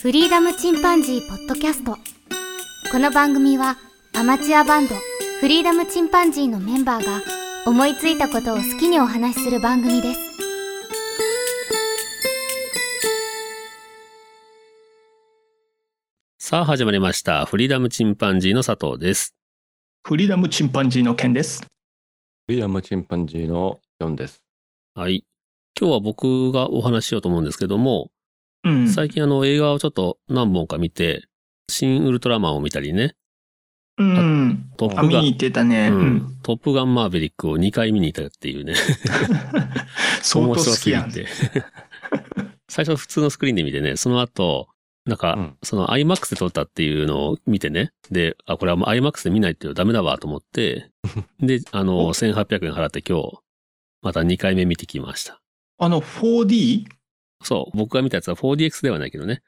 フリーダムチンパンジーポッドキャストこの番組はアマチュアバンドフリーダムチンパンジーのメンバーが思いついたことを好きにお話しする番組ですさあ始まりました。フリーダムチンパンジーの佐藤です。フリーダムチンパンジーの件です。ウィリアムチンパンジーのジョンです。はい。今日は僕がお話ししようと思うんですけども、うん。最近あの映画をちょっと何本か見て、新ウルトラマンを見たりね、うん。トッあ、プ見ガにン、行ってたね。ううんん。トップガンマーヴェリックを2回見に行ったっていうね、相当好きや面白んす。ぎて。 最初普通のスクリーンで見てね、その後、なんか、うんその IMAX で撮ったっていうのを見てね、で、あ、これはもう IMAX で見ないとダメだわと思って、 で、あの、お1800円払って今日、また2回目見てきました。あの、4D? そう、僕が見たやつは 4DX ではないけどね。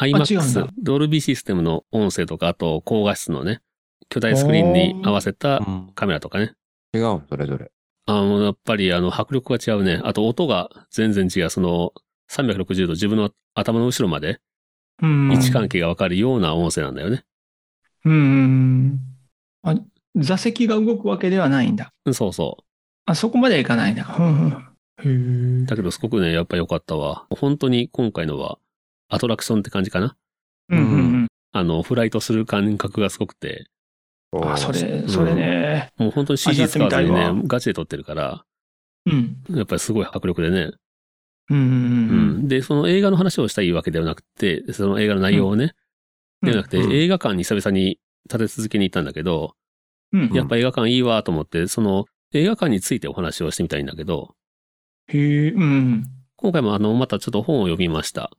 違うん IMAX だ、ドルビーシステムの音声とか、あと高画質のね、巨大スクリーンに合わせたうんカメラとかね。違うん、それぞれ。あの、やっぱりあの、迫力が違うね。あと音が全然違う。その、360度自分の頭の後ろまでうん。位置関係がわかるような音声なんだよね。うん。あ、座席が動くわけではないんだ。うん、そうそあ、そこまではいかないんだ。うんうん。へう。だけどすごくね、やっぱ良かったわ。本当に今回のは、アトラクションって感じかな。え。うんうんあの、フライトする感覚がすごくて、うん。あ、それ、それね。もう本当に CG 使わずに味わってみたいねわ、ガチで撮ってるから、うん。やっぱりすごい迫力でね。うんううんん。で、その映画の話をしたいわけではなくて、その映画の内容をね、うんではなくて、うん映画館に久々に立て続けに行ったんだけど、うん。うん。やっぱ映画館いいわと思って、その映画館についてお話をしてみたいんだけど、へえ。うん。今回もあの、またちょっと本を読みました。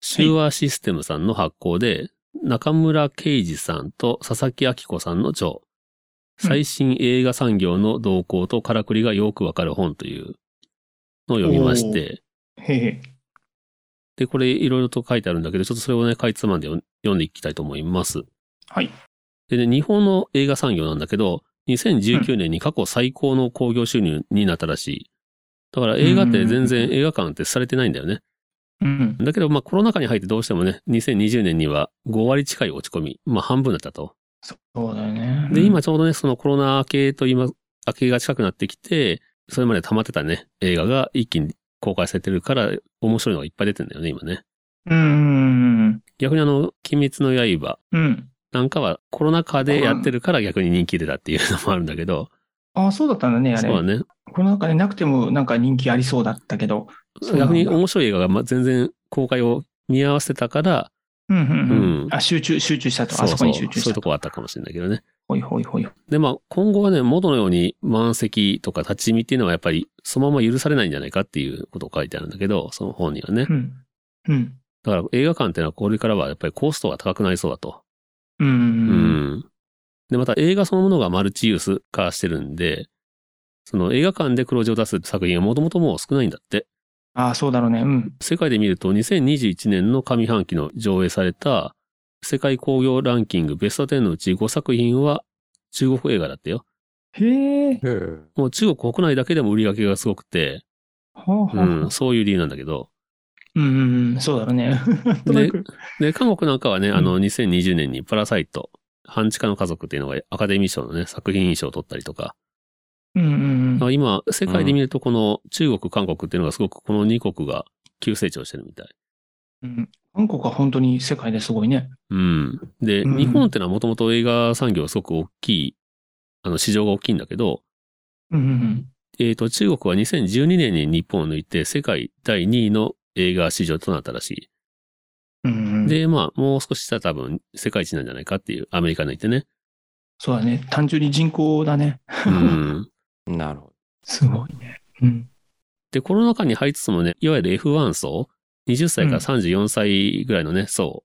シュアシステムさんの発行で、中村圭司さんと佐々木明子さんの著、うん最新映画産業の動向とからくりがよくわかる本というのを読みまして、へえ。で、これいろいろと書いてあるんだけど、ちょっとそれをね、かいつまんで読ん読んでいきたいと思います。はい。でね、日本の映画産業なんだけど、2019年に過去最高の興行収入になったらしい。だから映画って全然うん映画館ってされてないんだよね。うん。だけど、まあコロナ禍に入ってどうしてもね、2020年には5割近い落ち込み、まあ半分だったと。そうだよね。で、今ちょうどね、そのコロナ明けと今、明けが近くなってきて、それまで溜まってたね、映画が一気に公開されてるから、面白いのがいっぱい出てんだよね、今ね。うん。逆にあの、鬼滅の刃うん。うん。なんかはコロナ禍でやってるから逆に人気出たっていうのもあるんだけど、あ、そうだったんだね、あそれ。うだね。この中でなくてもなんか人気ありそうだったけど。そうなん逆だに面白い映画がま全然公開を見合わせたから、うんうんうんあ、集中、集中したと。あそこそうにそう集そう中いしうたとこはあったかもしれないけどね。ほいほいほい。で、まあ今後はね、元のように満席とか立ち見っていうのはやっぱりそのまま許されないんじゃないかっていうことを書いてあるんだけど、その本にはねう。ん。うん。だから映画館っていうのはこれからはやっぱりコストが高くなりそうだと。う。うんん。で、また映画そのものがマルチユース化してるんで、その映画館で黒字を出す作品はもともともう少ないんだって。ああ、そうだろうね。うん。世界で見ると2021年の上半期の上映された世界興行ランキングベスト10のうち5作品は中国映画だったよ。へえ。へーもう中国国内だけでも売り上げがすごくて、はあ、はあう。ん、そういう理由なんだけど。うんうんうん。そうだろうね。なん となく。で、韓国なんかはね、んあの2020年にパラサイト、半地下の家族っていうのがアカデミー賞のね、作品賞を取ったりとか、うんうんだからうん。今世界で見るとこの中国、韓国っていうのがすごくこの2国が急成長してるみたい。うん韓国は本当に世界ですごいね。うん。で、うん日本ってのはもともと映画産業すごく大きい、あの、市場が大きいんだけど、うんうんえっ、と、中国は2012年に日本を抜いて世界第2位の映画市場となったらしうん。うんうい。ん、で、まあ、もう少ししたら多分世界一なんじゃないかっていう、アメリカ抜いて ね。そうだね。単純に人口だね。うん。なるほすごいね。うん。で、コロナ禍に入りつつもね、いわゆる F1 層、20歳から34歳ぐらいのね、層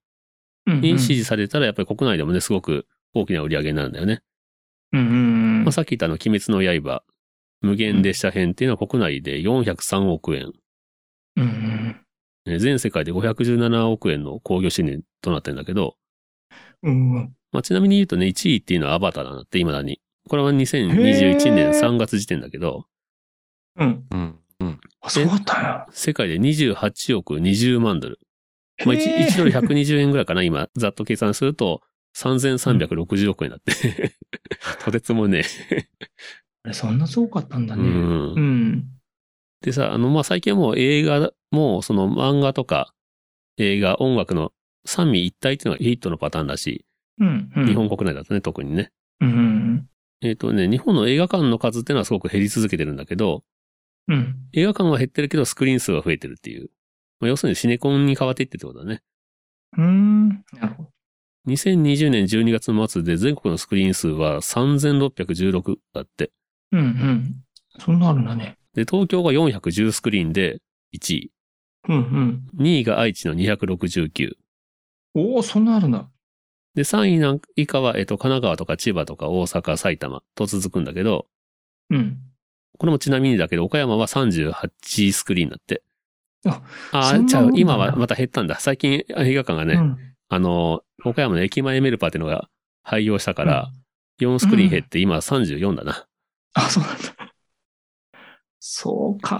うんうんに支持されたら、やっぱり国内でもね、すごく大きな売り上げになるんだよね。うんうんまあ、さっき言ったあの、鬼滅の刃、無限列車編っていうのは国内で403億円、うん。うんうんね全世界で517億円の興行収入となってるんだけど、うんうん。まあ、ちなみに言うとね、1位っていうのはアバターなんだって、未だに。これは2021年へー3月時点だけど、うん。ど。うん。うん。あそうだったんや。世界で28億20万ドル。まあ、1, へードル120円ぐらいかな、今、ざっと計算すると、3360億円だって。 とてつもね。あれそんなすごかったんだうね。うん。ん。でさ、あの、まあ、最近はもう映画も、その漫画とか映画、音楽の三位一体っていうのがヒットのパターンだしうん。うん。日本国内だとね、特にね。うん。えっ、とね、日本の映画館の数っていうのはすごく減り続けてるんだけど、うん。映画館は減ってるけどスクリーン数は増えてるっていう。まあ、要するにシネコンに変わっていってってことだね。うん。なるほど。 2020年12月末で全国のスクリーン数は3616だって。うんうん。そんなあるんだね。で、東京が410スクリーンで1位。うん2位が愛知の269。うん。おお、そんなあるんだ。で、3位なん以下は、えっと、神奈川とか千葉とか大阪、埼玉と続くんだけど、うん。これもちなみにだけど、岡山は38スクリーンだって。あ、あそー、んちなゃも、うんだ今はまた減ったんだ。最近映画館がね、うん、あの、岡山の駅前メルパーっていうのが廃業したから、4スクリーン減って今34だな。あ、そうなんだ。そうか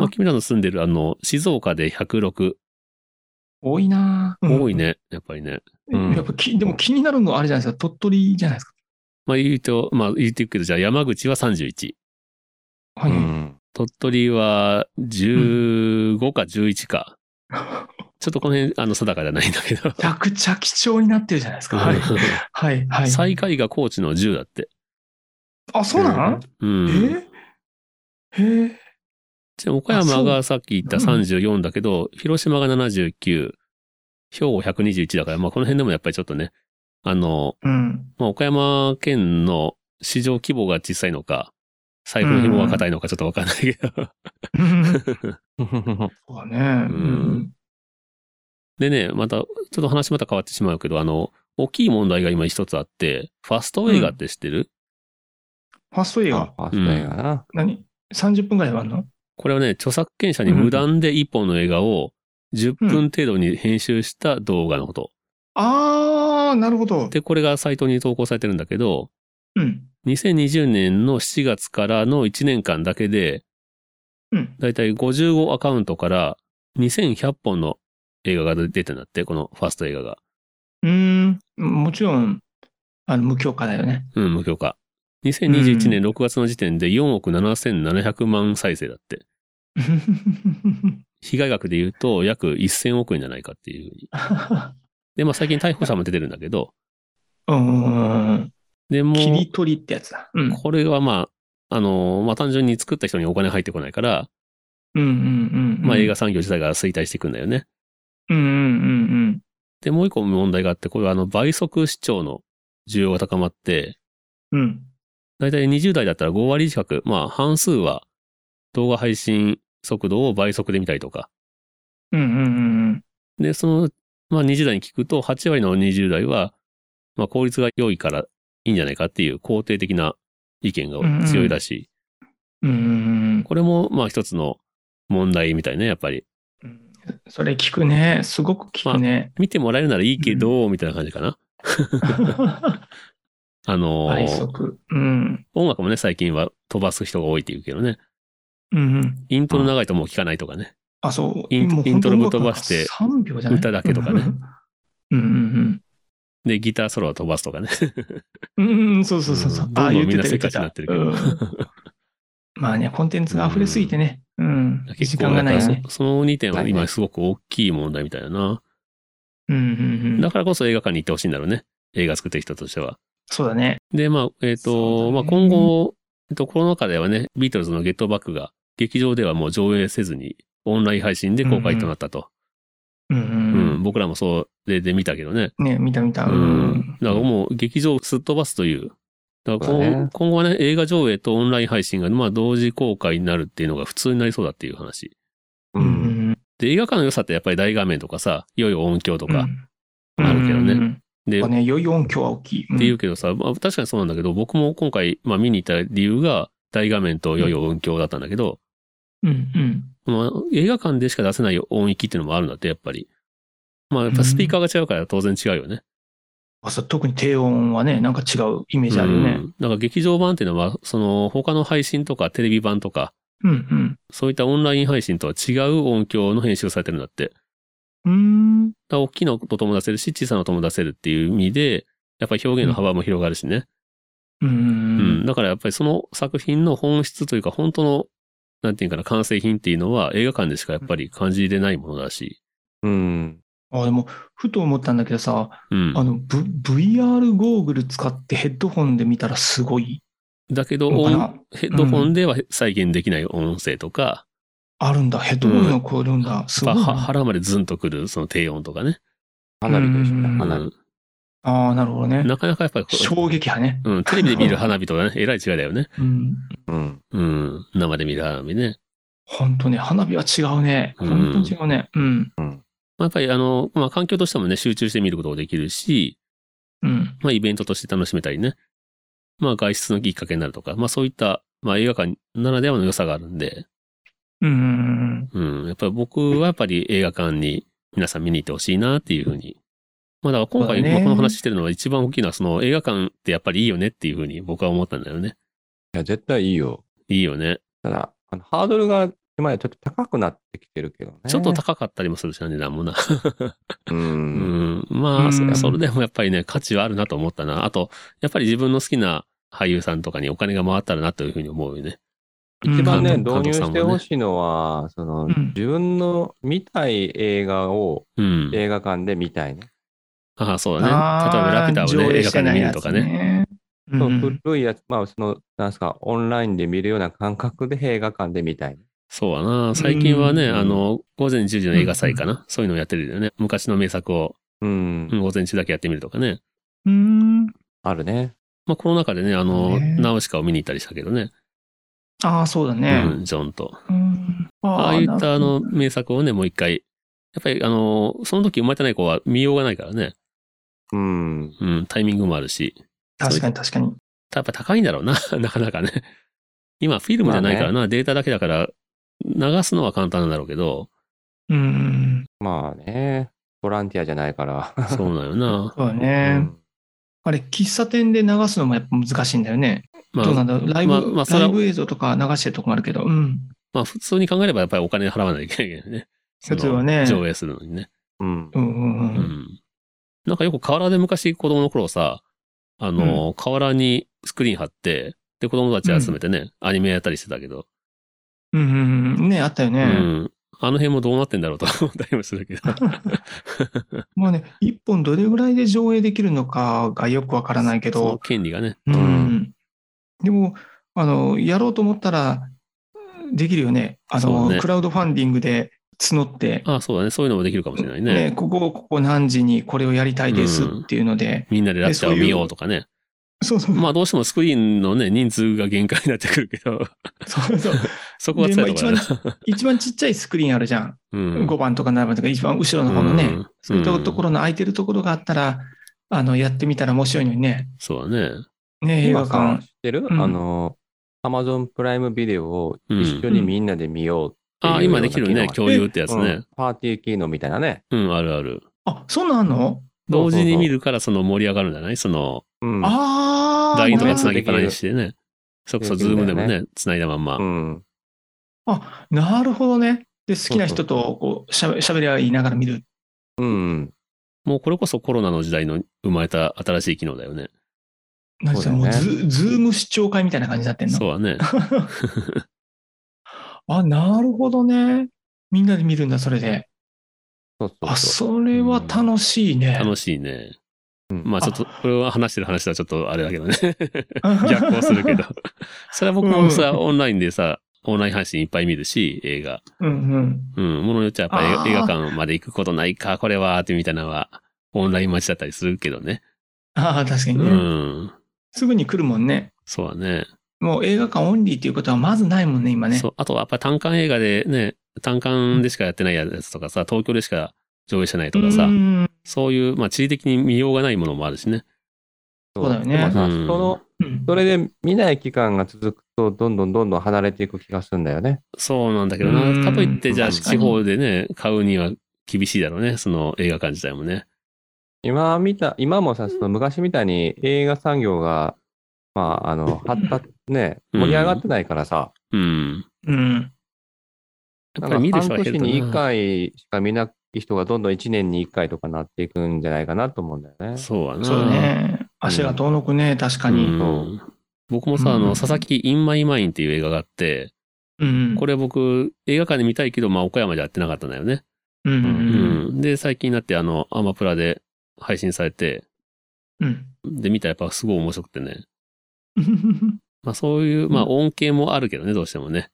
まあ、君らの住んでるあの、静岡で106、多いなー、うん多いね、やっぱりね。うんやっぱき、でも気になるのはあれじゃないですか。鳥取じゃないですか。まあ言うと、まあ言っていくけど、じゃあ山口は31。はい。うん鳥取は15か11か。ちょっとこの辺、あの、定かじゃないんだけど。めちゃくちゃ貴重になってるじゃないですか。はい。はい。は い。最下位が高知の10だって。あ、そうなん、うん。えー、えじゃあ岡山がさっき言った34だけど、広島が79、兵庫121だから、まあこの辺でもやっぱりちょっとね、あの、うん。 まあ岡山県の市場規模が小さいのか、財布の紐が硬いのかちょっとわかんないけど。そうだね。んでね、また、ちょっと話また変わってしまうけど、あの、大きい問題が今一つあって、ファスト映画って知ってる、ファースト映あ画、ファースト映画な。何 ?30 分ぐらいはあるのこれはね、著作権者に無断で一本の映画を10うん分程度に編集した動画のこと。あー、なるほど。で、これがサイトに投稿されてるんだけど、うん。 2020年の7月からの1年間だけで、うん。だいたい55アカウントから2100本の映画が出てんだって、このファースト映画が。うーん。もちろん、あの、無許可だよね。 うん、無許可。2021年6月の時点で4億7700万再生だって。被害額で言うと約1000億円じゃないかっていうふうに。で、まあ最近逮捕者も出てるんだけど、うん。でもう、切り取りってやつだ。うん。これはまあ、あの、まあ、単純に作った人にお金入ってこないから、うんうんうん。まあ、映画。産業自体が衰退していくんだよね。うんうんうんで、もう一個問題があって、これはあの、倍速視聴の需要が高まって、うん。うん。だいたい20代だったら5割近く、まあ、半数は動画配信速度を倍速で見たりとか。うんうんうんで、その、まあ、20代に聞くと、8割の20代は、まあ、効率が良いからいいんじゃないかっていう肯定的な意見が強いらしい。うん。うんうんこれも、まあ、一つの問題みたいね、やっぱり。うん。それ聞くね。すごく聞くね。見てもらえるならいいけど、みたいな感じかな。 あのー倍速。うん。音楽もね、最近は飛ばす人が多いって言うけどね。うんうん。イントロ長いともう聞かないとかね。あ、そう。インもうイントロぶっ飛ばして3秒じゃない歌だけとかね。うんうんで、ギターソロは飛ばすとか ね。うん。うんうん、そうそうそうそうう。んああ、どんど言んみっんてなたせ言っかってちになたってるけど。うんまあね、コンテンツが溢れすぎてね。うん。時結構間がだかないらよそね。その2点は今すごく大きい問題みたいだな。うんうんうんだ。からこそ映画館に行ってほしいんだろうね。映画作ってる人としては。そうだね。で、まあ、えっ、そうだと、ねまあ今後、えっと、コロナ禍ではね、ビートルズのゲットバックが劇場ではもう上映せずに、オンライン配信で公開となったと。うんうん、うん僕らもそれで見たけどね。うん。ね、見た見た。ううんん。。だからもう劇場をすっ飛ばすという。だからそうだ今,、ね今後はね、映画上映とオンライン配信が、まあ同時公開になるっていうのが普通になりそうだっていう話。う。うんん。で、映画館の良さってやっぱり大画面とかさ、いよいよ音響とうんか。あるけどねうんうんうんで、やっっぱね、良い音響は大きい。うんていうけどさ、まあ確かにそうなんだけど、僕も今回、まあ見に行った理由が大画面といよいよ音響だったんだけど、うんうん。この映画館でしか出せない音域っていうのもあるんだって、やっぱり。まあやっぱスピーカーが違うから当然違うよね。あそう特に低音はね、なんか違うイメージあるようね。んだから劇場版っていうのは、その他の配信とかテレビ版とか、うんうん。そういったオンライン配信とは違う音響の編集をされてるんだって。うん。だから大きいのとも出せるし、小さな音も出せるっていう意味で、やっぱり表現の幅も広がるしね。ううん。ん。だからやっぱりその作品の本質というか、本当の、なんていうかな、完成品っていうのは映画館でしかやっぱり感じれないものだし。うん。あ、でも、ふと思ったんだけどさ、うん。あの、v、VR ゴーグル使ってヘッドホンで見たらすごいだけど、のか音な。ヘッドホンでは再現できない音声とか、あるんだ。ヘッドホンが超えるんだ。すごやいっぱな。は腹までズンとくるその低音とかね。花火と一緒ね。うんう花火。ん。ああ、なるほどね。なかなかやっぱりこう、衝撃波ね。うん、テレビで見る花火とかね、えらい違いだよね。うん。うん。うん、生で見る花火ね。本当ね、花火は違うね。うん本当に違うね。うん。まあ、やっぱりあの、まあ、環境としてもね、集中して見ることもできるし、うん。まあ、イベントとして楽しめたりね。まあ、外出のきっかけになるとか、まあ、そういった、まあ、映画館ならではの良さがあるんで、うんうんうん、やっぱり僕はやっぱり映画館に皆さん見に行ってほしいなっていうふうに。まあ、だから今そう回、だねまあこの話してるのは一番大きいのは、その映画館ってやっぱりいいよねっていうふうに僕は思ったんだよね。いや、絶対いいよ。いいよね。ただ、あのハードルが今やちょっと高くなってきてるけどね。ちょっと高かったりもするしな、値段もな。うう。んん、まあ、そうんそれでもやっぱりね、価値はあるなと思ったな。あと、やっぱり自分の好きな俳優さんとかにお金が回ったらなというふうに思うよね。うん。一番ね、うん導入してほしいのは、その、自分の見たい映画をうん。映画館で見たいね。ああ、そうだね。あ例えばラピュターを上ね、映映画して館でない見やるつとかね。ね。うんそう古いやつ、まあ、その、なんすか、オンラインで見るような感覚で映画館で見たいね。そうだな。最近はね、うんあの、午前10時の映画祭かな。そういうのをやってるよね。昔の名作を、うんうん午前中だけやってみるとかね。うん。あるね。まあ、この中でね、あの、ねナウシカを見に行ったりしたけどね。ああ、そうだね。うん、ジョンと。うんあああーいった、あ、なるの、名作をね、もう一回。やっぱり、あの、その時生まれてない子は見ようがないからね。うん。うん、タイミングもあるし。確かに確かに。たやっぱ高いんだろうな、 なかなかね。今、フィルムじゃないからな、データだけだから、流すのは簡単なんだろうけ ど、うん。まあね、ボランティアじゃないから。そうなよな。そうだうね。んあれ、喫茶店で流すのもやっぱ難しいんだよね。まどうなあ、んだろう。ライまあブまあ、それラはイブ映像とか流してるとこもあるけど。うん。まあ、普通に考えればやっぱりお金払わなきゃいけないけどね。普通はねその上映するのにね。うう。んんうんう。うんん。なんかよく河原で昔子供の頃さ、あの、河原にスクリーン貼って、で、子供たち集めてね、アニメやったりしてたけど、うんうんうん。ね、あったようね。ん。あの辺もどうなってんだろうと思ったりもするけど。 もうね、一本どれぐらいで上映できるのかがよくわからないけそのど、権利がね。うんん。でも、あの、やろうと思ったら、できるよね。あそうの、だねクラウドファンディングで募って、ああ、そうだね。そういうのもできるかもしれないね。ね、ここ、ここ何時にこれをやりたいですっていうので、みんなでラピュタを見ようとかね。そうそう、まあどうしてもスクリーンのね、人数が限界になってくるけど、そうそう。そこは辛いところだな。一番ちっちゃいスクリーンあるじゃん。うん5番とか7番とか一番後ろの方のね、うんそういったところの空いてるところがあったら、あの、やってみたら面白いのにね。そうだね。ね、映今画さ、館知。ってるうんあの、アマゾンプライムビデオを一緒にみんなで見ようっていうああ、今できるね、今日共有ってやつね。パーティー機能みたいなね。うん、あるある。あ、そんなんあんの同時に見るからその盛り上がるんじゃないその、うん。ああ、 LINE とかつ繋なぎっぱなしにしてね。それこそズームでもできるんだね、繋いだまんまう。ん。なるほどね。で、好きな人とこうしゃべしゃべり合いながら見る。うん。もうこれこそコロナの時代の生まれた新しい機能だよね。何それ、そうもうだよねズズーム視聴会みたいな感じになってんのそうだね。あ、なるほどね。みんなで見るんだ、それで。そうそうあ、そそれは楽しいね。。楽しいね。う。うんまあちょっと、これは話してる話はちょっとあれだけどね。 逆行するけど。それは僕もさ、オンラインでさ、オンライン配信いっぱい見るし、映画。 うんうん。うん、ものによっちゃやっぱあり映ー画館まで行くことないか、これは、ってみたいなのは、オンライン待ちだったりするけどね。ああ、確かにうね、ん。すぐに来るもんね。そうだね。もう映画館オンリーっていうことはまずないもんね、今ね。そう。あとはやっぱ単館映画でね、単館でしかやってないやつとかさ、東京でしか上映してないとかさ、うんそういう、まあ地理的に見ようがないものもあるしね。そうだよねでもさうんその、うんそれで見ない期間が続くと、どんどんどんどん離れていく気がするんだよね。そうなんだけどうな。んかといって、じゃあ確か地に方でね、買うには厳しいだろうね。その映画館自体もね。今見た、今もさ、その昔みたいに映画産業が、まあ、あの、発達、ね、うん盛り上がってないからさ、うん。うん。やっなんぱかり見る半人は減年るとに1な。回しか見な人がどんどん1年に1回とかなっていくんじゃないかなと思うんだよね。そうやな。そうだね。足が遠のくね、確かに。うん僕もさ、あうの、ん佐々木インマイマインっていう映画があって、うん。これ僕、映画館で見たいけど、まあ、岡山でやってなかったんだよね。うん。う。うんん。で、最近になって、あの、アマプラで配信されて、うん。で、見たらやっぱすごい面白くてね。うん。まあ、そういう、まあ、うん恩恵もあるけどね、どうしてもね。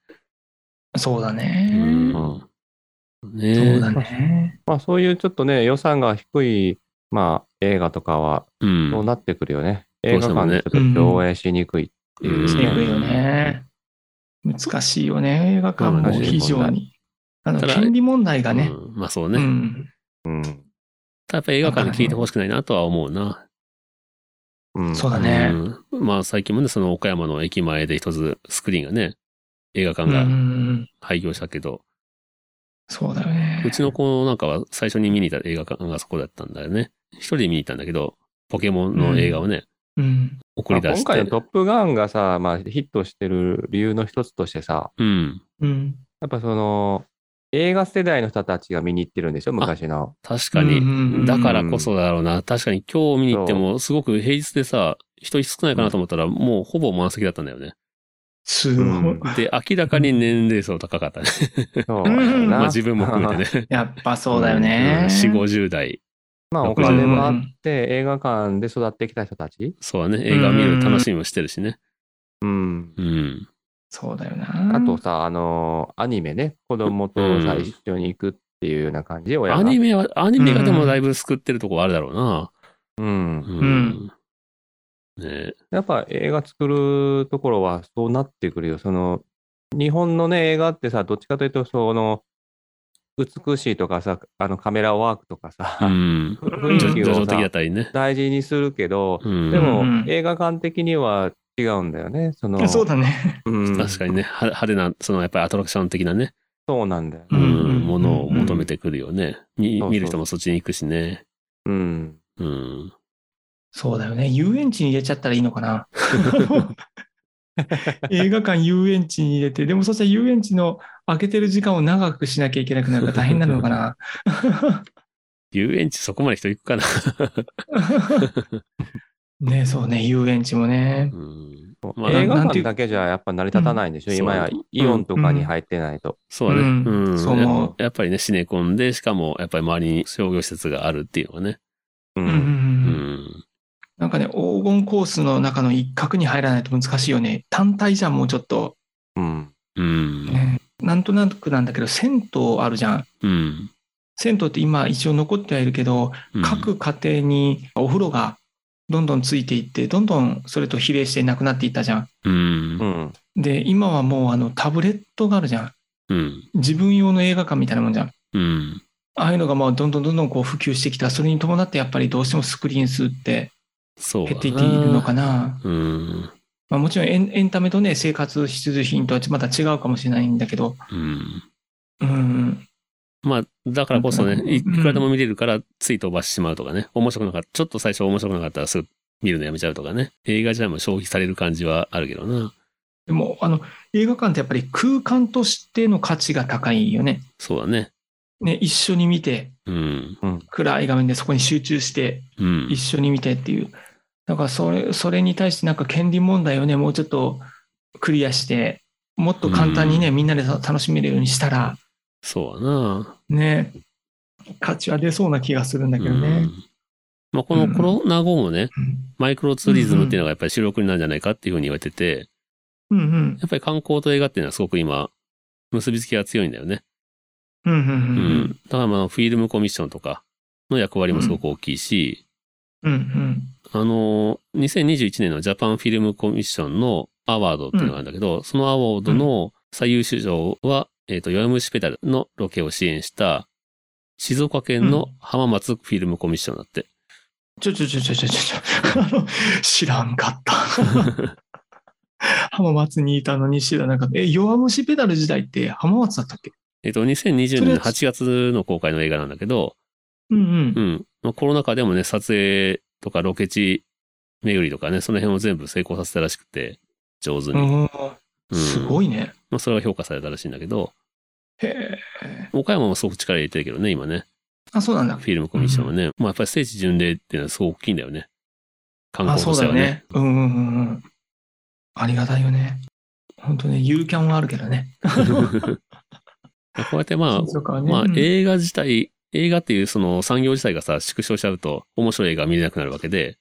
そうだうね。ん。ねえそうだね。まあそういうちょっとね、予算が低い、まあ映画とかは、うん。そうなってくるよね。ん映画館でちょっと上映しにくいっていうですせね。やくいよね。難しいよね。映画館も非常に。あの、ただ権利問題がねう。んまあ、そううね。ん。うんただやっぱ映画館で聞いてほしくないなとは思うな。うんそうだね。うんまあ、最近もね、その岡山の駅前で一つスクリーンがね、映画う館がん。廃業したけど、そうだよね。うちの子なんかは最初に見に行った映画館がそこだったんだよね。一人で見に行ったんだけど、ポケモンの映画をね、うん。送りまあ出し今て。回のトップガンがさ、まあヒットしてる理由の一つとしてさ、うん。うん。やっぱその、映画世代の人たちが見に行ってるんでしょ昔の。確かうんに。うんうんだからこそだろうな。確かに今日見に行っても、すごく平日でさ、人少ないかなと思ったら、もうほぼ満席だったんだよね。すごい。うんで、明らかに年齢層高かったね。そううんや なまあ自分も含めてね。やっぱ そうだよね。 4、50代。まあお金もあって、映画館で育ってきた人たち。そうだね。映画見る楽しみもしてるしね。うん。うん。そうだよな。あとさ、あのアニメね、子供とさ、うん一緒に行くっていうような感じで、親が。アニメは、アニメがでもだいぶ救ってるとこはあるだろうな。うんう。んん。ねえやっぱ映画作るところはそうなってくるよ。その、日本のね、映画ってさ、どっちかというと、その、美しいとかさ、あのカメラワークとかさ、うん。雰囲気叙情を的だっさ、たりね。大事にするけど、うん。でも、うん映画館的には違うんだよね。その、そうだね。うん確かにね、は派手な、そのやっぱりアトラクション的なね、そうなんだよ、ううんんものを求めてくるよね。みそうそう見る人もそっちに行くしね。うん。うん。そうだよね。遊園地に入れちゃったらいいのかな。映画館、遊園地に入れて、でもそしたら遊園地の開けてる時間を長くしなきゃいけなくなるから大変なのかな。遊園地そこまで人行くかな。ねそうね、遊園地もね。うん、そうまあ映画なんてい館うだけじゃやっぱ成り立たないんでしょ、うん今やそうイオンとかに入ってないと。そうだね。うんうん。そう思うやっぱりね、シネコンで、しかもやっぱり周りに商業施設があるっていうのがね。ううんんうんううんん。なんかね、黄金コースの中の一角に入らないと難しいよね。単体じゃもうちょっと、うん。うん。ねなんとなくなんだけど、銭湯あるじゃん。うん。銭湯って今一応残ってはいるけど、うん各家庭にお風呂がどんどんついていってどんどんそれと比例してなくなっていったじゃん。うんう。ん。で今はもうあのタブレットがあるじゃん。うん。自分用の映画館みたいなもんじゃん。うん。ああいうのがまあどんどんどんどんこう普及してきたそれに伴ってやっぱりどうしてもスクリーン数ってそうだ減なっていっているのかな。うん。まあ、もちろんエンエンタメとね生活必需品とはまた違うかもしれないんだけど。うん。うん。まあ、だからこそね、いいうんくらでも見れるから、つい飛ばしてしまうとかね、面白くなかった、ちょっと最初面白くなかったらすぐ見るのやめちゃうとかね、映画じゃもう消費される感じはあるけどな。でもあの映画館ってやっぱり空間としての価値が高いよね。そうだね。ね一緒に見てうん。暗い画面でそこに集中してうん。一緒に見てっていう。だからそれ、それに対してなんか権利問題をね、もうちょっとクリアして、もっと簡単にね、みんなで楽しめるようにしたら、そうだな。ね、価値は出そうな気がするんだけどうね。んまあ、このコロナ後もね、マイクロツーリズムっていうのがやっぱり主力になるんじゃないかっていうふうに言われてて、うんうん。やっぱり観光と映画っていうのはすごく今、結びつきが強いんだよね。うんううんん。だからまあ、フィルムコミッションとかの役割もすごく大きいし、うん。うんうん。あの、2021年のジャパンフィルムコミッションのアワードっていうのがあるんだけど、そのアワードの最優秀賞は、えっ、と、弱虫ペダルのロケを支援した、静岡県の浜松フィルムコミッションだって。ちょちょちょちょちょちょちょ、あの、知らん かった。浜松にいたのに知らなかった。え、弱虫ペダル時代って浜松だったっけえっ、と、2020そ年れの8月の公開の映画なんだけど、うんう。ん。まあ、コロナ禍でもね、撮影とかロケ地巡りとかね、その辺を全部成功させたらしくて、上手うに。ん。うんすごいね。まあ、それが評価されたらしいんだけど、へえ。岡山もすごく力入れてるけどね、今ね。あ、そうなんだフ。ィルムコミッションはね。まあやっぱり聖地巡礼っていうのはすごく大きいんだよね。観あ、光そとうしてだはよね。ね。うんうんうんうん。ありがたいよね。本当ね、ユーキャンはあるけどね。こうやってまあ、そうかねまあうん映画自体、映画っていうその産業自体がさ、縮小しちゃうと面白い映画見れなくなるわけで、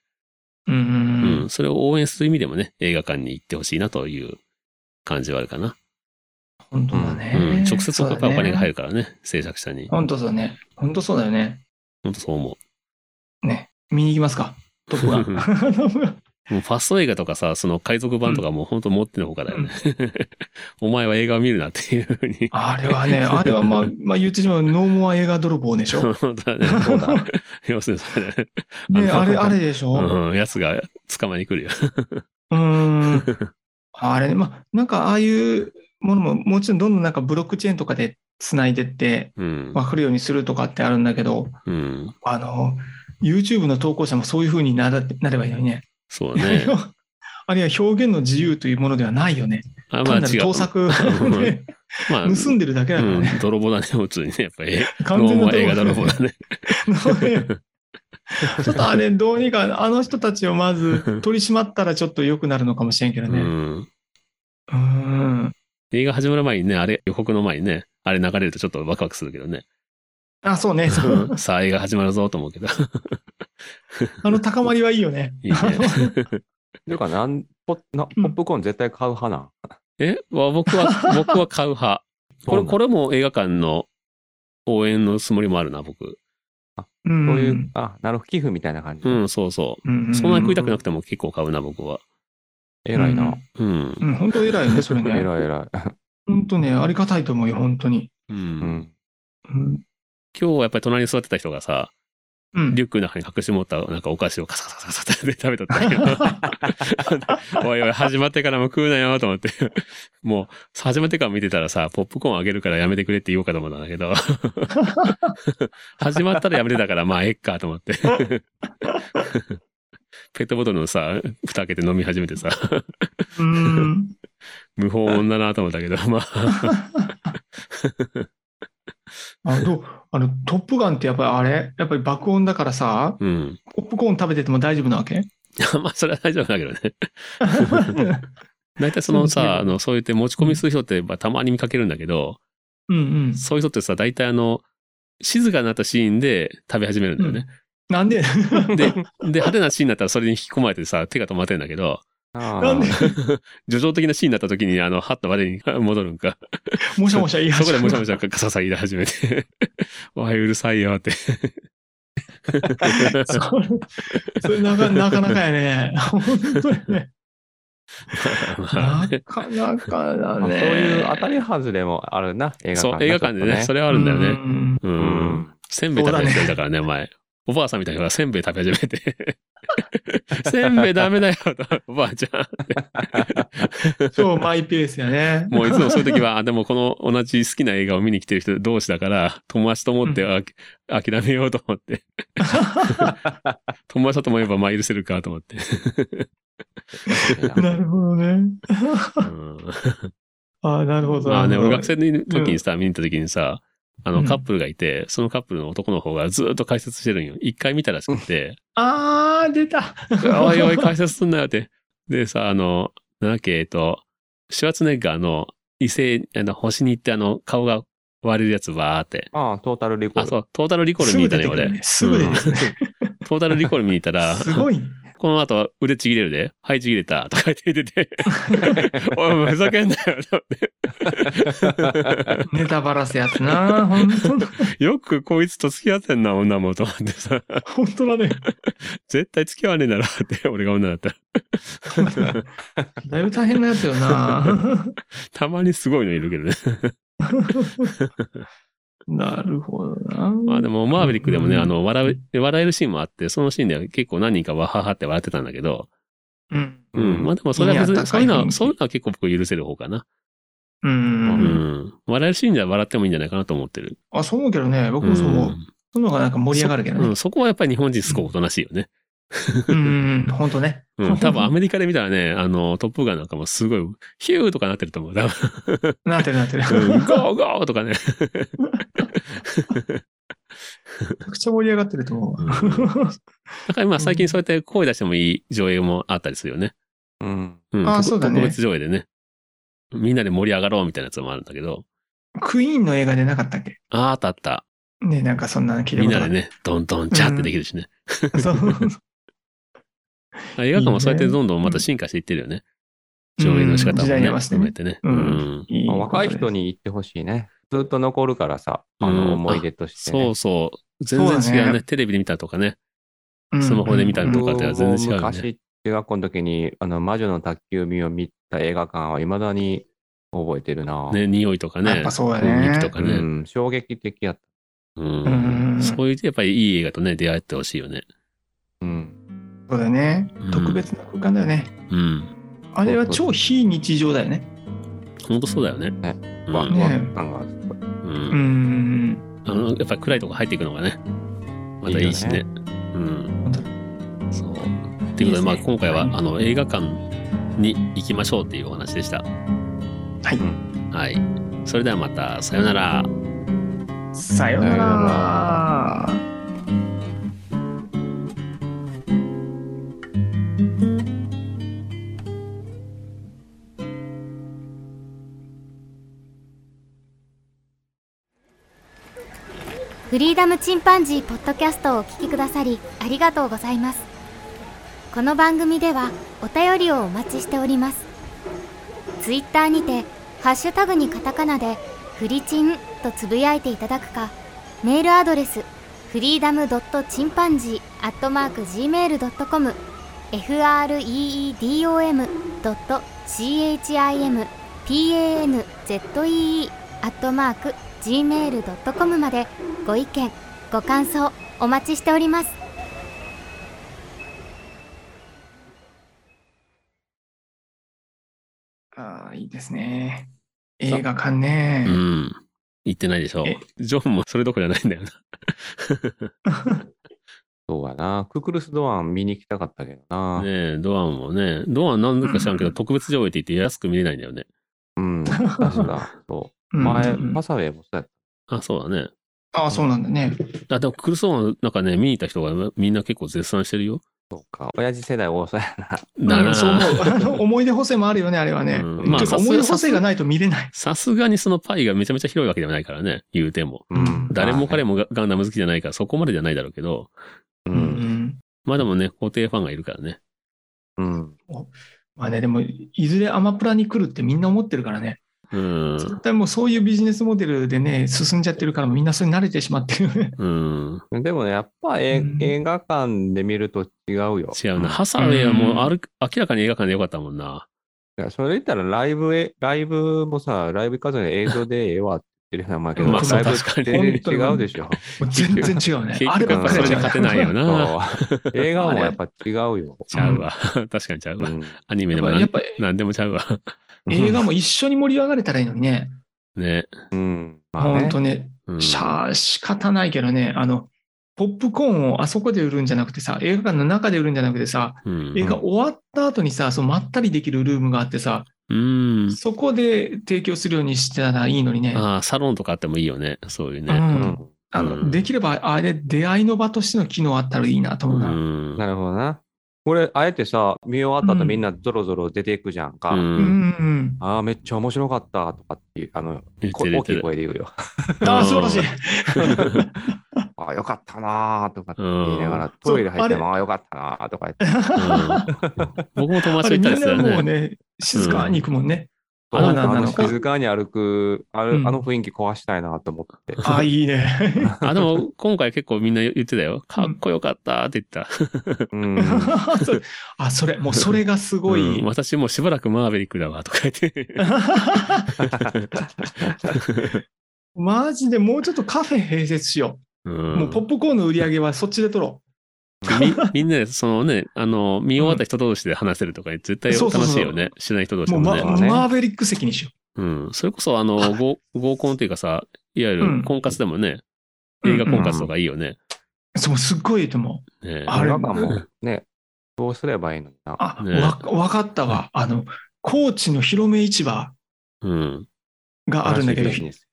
うんううんうんん、。それを応援する意味でもね、映画館に行ってほしいなという感じはあるかな。本当だね。うん、直接そやうだっぱお金が入る。るからね、制作者に。本当そうだね。本当そうだよね。本当そう思ね。見に行きますか。トップガントップガン。う。もうファスト映画とかさ、その海賊版とかもう本当持ってのほかだよね。 お前は映画を見るなっていうふうに。 あれはね、あれはまあ、まあ言ってしまう、ノーモア映画泥棒でし ょ。本当だ ね。そうだ。要するにそれだね。ね、あのあれ、あれでしうょ。ん、やつが捕まえに来るよ。うー ん。あれね、まあ、なんかああいうものも、もちろんどんどんなんかブロックチェーンとかで繋いでって、うん。わかるようにするとかってあるんだけど、うん。あの、YouTube の投稿者もそういう風にならなればいいのにね。そうだね。 あるいは表現の自由というものではないよね。あまあ単な る違う。 盗作うんでまあ、盗んでるだけだからうね。ん、泥棒だね、普通にね。やっぱり、完全な映画泥棒だね。 ちょっとあれ、どうにか、あの人たちをま ず取り締まったらちょっと良くなるのかもしれんけどうね。ん。うーん。映画始まる前にね、あれ、予告の前にね、あれ流れるとちょっとワクワクするけどね。あ、そうね。そうさあ、映画始まるぞと思う けど。あの高まりはいいよね。いいねあのというかなんポな、ポップコーン絶対買う派な。 えわ僕は、僕は買う派。これ、これも映画館の応援のつもりもあるな、僕。うこんういう、あ、なるほど、寄付みたいな感じ。うん、そうそうんうう。んそんなに食いたくなくても結構買うな、僕は。偉いな。うん。うん、本当偉いよね、それ 偉いね。偉い。本当ね、ありがたいと思うよ、本当に。う。うんん。うん。今日やっぱり隣に座ってた人がさ、うんリュックの中に隠し持ったなんかお菓子をカサカサカサカサって食べとったんよ。おいおい、始まってからも食うなよと思って。もう、始まってから見てたらさ、ポップコーンあげるからやめてくれって言おうかと思ったんだけど。始まったらやめてたから、まあ、えっかと思って。ペットボトルのさ、蓋開けて飲み始めてさ、うん。無法女だなと思ったけど、まあ、あどうあの、トップガンってやっぱりあれやっぱり爆音だからさ、うん。ポップコーン食べてても大丈夫なわ けまあ、それは大丈夫だけどね。うん大体そのそうですねさ、あの、そう言って持ち込みする人って、まあ、たまに見かけるんだけど、うん。そういう人ってさ、大体あの、静かになったシーンで食べ始めるんだよね。なんでで、で、派手なシーンになったらそれに引き込まれてさ、手が止まってんだけ ど、あーなんで叙情的なシーンになった時に、あの、はっと我に戻るんか。もしゃもしゃ言いそこ始でめもちゃたもちゃガササ言い始めて、 おはいうるさいよ って。それ それなかなかなかやね。本当に ね。まあなねかなかだあそうね。いう当たり外れもあるな、映画館そう、映画館でね、それ。れはあるんだよね。ね。う。うんん。 せんべい食べる人いたからね、前。おばあさんみたいな人がせんべい食べ始めて。 せんべいダメだよ、とおばあちゃん。超マイペースやね。もういつもそういう時は、あ、でもこの同じ好きな映画を見に来てる人同士だから、友達と思って、あ諦めようと思って。友達だと思えば、まあ許せるかと思って。なるほどね。うんあなるほど。まあね、な俺るほど学生の時にさ、見に行った時にさ、あうのんカップルがいて、そのカップルの男の方がずっと解説してるんよ。一回見たらしくて、あー、出た。おいおい解説すんなよって。でさ、あの、なんだっけ、えっと、シュワルツェネッガーの異性、あの、星に行ってあの、顔が割れるやつばーって。ああ、トータルリコーあ、ル。そう、トータルリコール見に行ったね、俺。すぐ出てくるね。すぐ出てくるねトータルリコール見に行ったら、 すごいね。この後は腕ちぎれるで、はいちぎれた、とか言って言ってて、 おい、お前ふざけんなよ、と思っネタバラせやつな。本当だ。て。よくこいつと付き合ってんな、女も、と思ってさ、本当だね。絶対付き合わねえだろ、って、俺が女だったら。だいぶ大変なやつよ な。たまにすごいのいるけどね。なるほどな。まあでも、マーヴェリックでもね、うんあの、笑う、笑えるシーンもあって、そのシーンでは結構何人かわははって笑ってたんだけど、うん。う。うんんまあでもそれは別いいねに、そういうのは、そういう温かい雰囲気のは結構僕許せる方かな。う。うんん。笑えるシーンでは笑ってもいいんじゃないかなと思ってる。あ、そう思うけどね。僕もそう思う。んその方がなんか盛り上がるけどうねん。。そこはやっぱり日本人すごいおとなしいよね。うん。本当ね。うん、多分アメリカで見たらね、あの、トップガンなんかもすごい、ヒューとかなってる と思う。多分、なってるなってる。うんゴーゴーとかね。めちゃくちゃ盛り上がってると思う。だから今最近そうやって声出してもいい上映もあったりするよね。うん。うん。あー特そうだね特別上映でね。みんなで盛り上がろうみたいなやつもあるんだけど。クイーンの映画でなかったっけああ、あったあった。ね、なんかそんなの聞いたみんことなあでる。ね、ドンドンチャーってできるしね。 そう。映画館もそうやってどんどんまた進化していってるよね。 上映の仕方もうん時代に合ね、わせて含ねめてね。ううんん。いいまあこと若い人です。に言ってほしいね。ずっと残るからさ、あうんの思い出として、そねうそう。全然違そううだね。ねテレビで見たとかね。うんスマホで見たりと僕かもでは全然違うよね昔、中学校の時に、あの、魔女の宅急便を見た映画館は未だに覚えてるな。ね、匂いとかやっねぱ。そうだ雰囲気ねと。かうね。ん、衝撃的やっううんんそういう、やっぱりいい映画とね、出会ってほしいよね。た。うん。そうだねうん。特別な空間だよね。うん。あれは超非日常だよね。本当そうだよね。ねうんワクワク感がすごい。う。うんん。あの、やっぱり暗いとこ入っていくのがね、またいいしいいねよ。うん。本当そう。ということで、まあ今回は、あの、映画館に行きましょうっていうお話でした。はいはい。それではまた、さよなら。ださようなさようなら。フリーダムチンパンジーポッドキャストをお聞きくださりありがとうございますこの番組ではお便りをお待ちしておりますツイッターにてハッシュタグにカタカナでフリチンとつぶやいていただくかメールアドレスフリーダムドットチンパンジーアットマーク gmail.com freedom ドット chimpanzee アットマーク gmail.com までご意見ご感想お待ちしておりますああ、いいですね。映画館ねう。ん。行ってないでしょえ。ジョンもそれどころじゃないんだよな。そうやな。ククルスドアン見に行きたかったけどな。ねえ、ドアンもね、ドアンなんだか知らんけど、うん特別上映って言って安く見れないんだよね。うん。確か。うそう。ん前、うんパサウェイもそうやっあ、そうだね。ああ、そうなんだね。あ、でも、クルソーンなんかね、見に行った人がみんな結構絶賛してるよ。た。そうか。親父世代多そうやな。だうなんそう思 う。あの思い出補正もあるよね、あれはね。うんまあてかさす思い出補正がないと見れない。さすがにそのパイがめちゃめちゃ広いわけではないからね、言うても。うん。誰も彼も。もガガンダム好きじゃないから、そこまでじゃないだろうけど、う。うんん。まあでもね、固定ファンがいるからね。うん。まあね、でも、いずれアマプラに来るってみんな思ってるからね。うん。絶対もうそういうビジネスモデルでね、進んじゃってるから、みんなそれに慣れてしまってるよね。うん。でもね、やっぱえうん映画館で見ると違うよ。違うな。んハサウェイはもうある、明らかに映画館でよかったもんな。いやそれ言ったらライブへ、ライブもさ、ライブ行かずに映像でええわって言ってるようなもんやけど、まあライブ確かに全然違うでしょ。もう全然違うね結。あれば局っかそれりじじゃゃ勝てないよな。そう映画もやっぱ違うよ。ちゃうわ。確かにちゃううわ。んアニメでも やなっんぱなんでもちゃうわ。映画も一緒に盛り上がれたらいいのにね。ね。うん。まあね本当ね、うんしゃあ仕方ないけどね、あの、ポップコーンをあそこで売るんじゃなくてさ、映画館の中で売るんじゃなくてさ、うん映画終わった後にさ、そのまったりできるルームがあってさ、うん。そこで提供するようにしたらいいのにね。ああ、サロンとかあってもいいよね。そういううね。うんんあうんのできれば、あれ、出会いの場としての機能あったらいいなと思ううな。ん。なるほどな。これ、あえてさ、見終わった後みんなゾロゾロ出ていくじゃんか。ううん。ん。ああ、めっちゃ面白かったとかっていう、あの、言っこてる言大ってきいる。声で言うよ。ああ、素晴らしい。ああ、よかったなーとかって言いながら、トイレ入っても、ああ、よかったなーとか言って。うん僕も友あ達と行ったりれ、みんするなよもうね。ね、静かに行くもんね。そうああななののか静かに歩くあうる、んあの雰囲気壊したいなと思って。ああ、いいね。あ、でも今回結構みんな言ってたよ。かっこよかったって言った。うん。 それあ、それ、もうそれがすごうんい。私もうしばらくマーヴェリックだわとか言って。マジでもうちょっとカフェ併設しようう。ん もうポップコーンの売り上げはそっちで取ろみみんなでそのね、あの、見終わった人同士で話せるとか絶対楽しいよね。知らない人同う。士もう、もまね。そうねマーベリック席にしようん。それこそ、あの、合合コンっていうかさ、いわゆうんる婚活でもね、うん映画婚活とかいいよね。う。そう、すっごいいいと思う。ねあれ映画館もね、どうすればいいのにな。あ、ねわ、わかったわ。あの、高知の広め市場うん。があるんだけど新しいビジ、ネス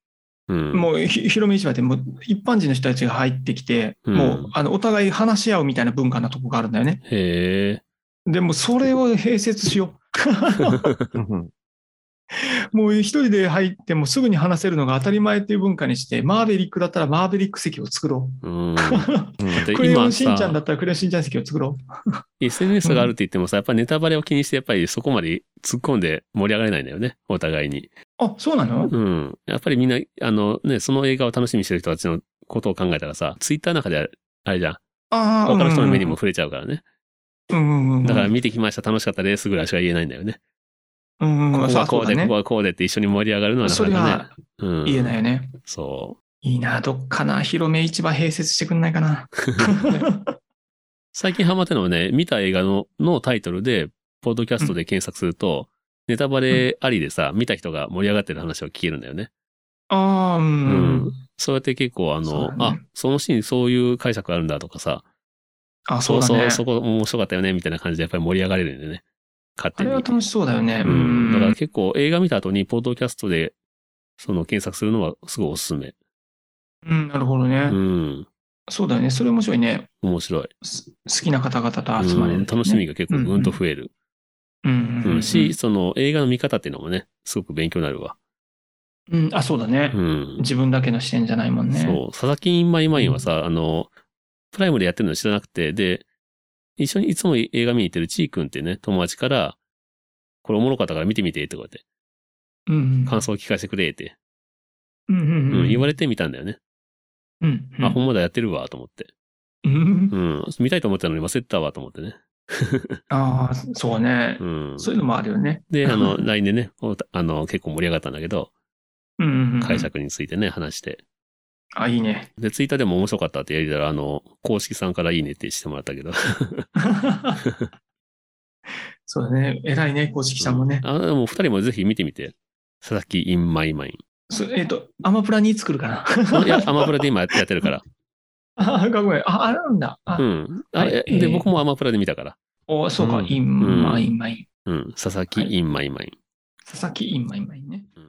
うん。もうひ広め市場でもう一般人の人たちが入ってきて、うんもうあのお互い話し合うみたいな文化なとこがあるんだよね。へえ。でもそれを併設しようんう。もう一人で入ってもすぐに話せるのが当たり前っていう文化にして、マーベリックだったらマーベリック席を作ろうん。うんう。で クレヨ今ンしんちゃんださっ、たらクレヨンしんちゃん席を作ろう。 SNS があるって言ってもさ、やっぱネタバレを気にして、やっぱりそこまで突っ込んで盛り上がれないんだよね、お互いに。あ、そうなのうん。やっぱりみんな、あのね、その映画を楽しみにしてる人たちのことを考えたらさ、ツイッターの中であれじゃん。ああ、他の人の目にも。も触れちゃうからね。うんうんうん。だから見てきました、楽しかったですぐらいしか言えないんだよね。うんうこんうん、こそうはこうで、そこうだこね。はこうでって一緒に盛り上がるのはなそかれなかねは。うん。言えないよね。そう。いいな、どっかな、広め市場併設してくんない かな。最近ハマってるのはね、見た映画ののタイトルで、ポッドキャストで検索すると、ネタバレありでさ、見た人が盛り上がってる話を聞けるんだよね。ああ、う。。うんそうやって結構あそうの、だねあ、そのシーンそういう解釈あるんだとかさ、あ、そうだそうそね。う、そこ面白かったよね、みたいな感じでやっぱり盛り上がれるんでね。勝あ手に。れは楽しそうだよね。ううん。ん。だから結構映画見た後に、ポッドキャストで、その検索するのはすごいおすすめ。うん、なるほどね、うん。そうだよね。それ面白いね。面白い。す好きな方々と集まれうる、ん、楽しみ。が結構ぐんと増える。うん、うんううんん。し、その映画の見方っていうのもね、すごく勉強になるわ。うん、あ、そうだね、うん。自分だけの視点じゃないもんね。そう。佐々木インマイマインはさ、あの、プライムでやってるの知らなくて、で、一緒にいつも映画見に行ってるちーくんってね、友達から、これおもろかったから見てみて、とかって、う。うん、感想を聞かせてくれって、うん、うん、うん、言われれてみたんだよね。うん、うん、あ、ほんまだやってるわ、と思って。うんう。ん。見たいと思ってたのに忘れてたわ、と思ってね。ああ、そうね、うん。そういうのもあるよね。 で、あの、LINE でね、こうあの、結構盛り上がったんだけど、うん、うんうん。解。釈についてね、話して。あ、い いね。で、ツイッターでも面白かったってやりたら、あの、公式さんからいいねってしてもらったけど。そうだね。偉いね、公式さんもね。 あ、でも二人もぜひ見てみて。佐々木インマイマイン。そえっ、と、アマプラに作るかな。いや、アマプラで今やってやってるから。あ、ごめん。あ、あるんだ。あ、うん。あはいええで、ー僕もアマプラで見たから。おそうか、うんインマインマイン。うん。佐々木インマイマイン。佐々木インマインマインね。うん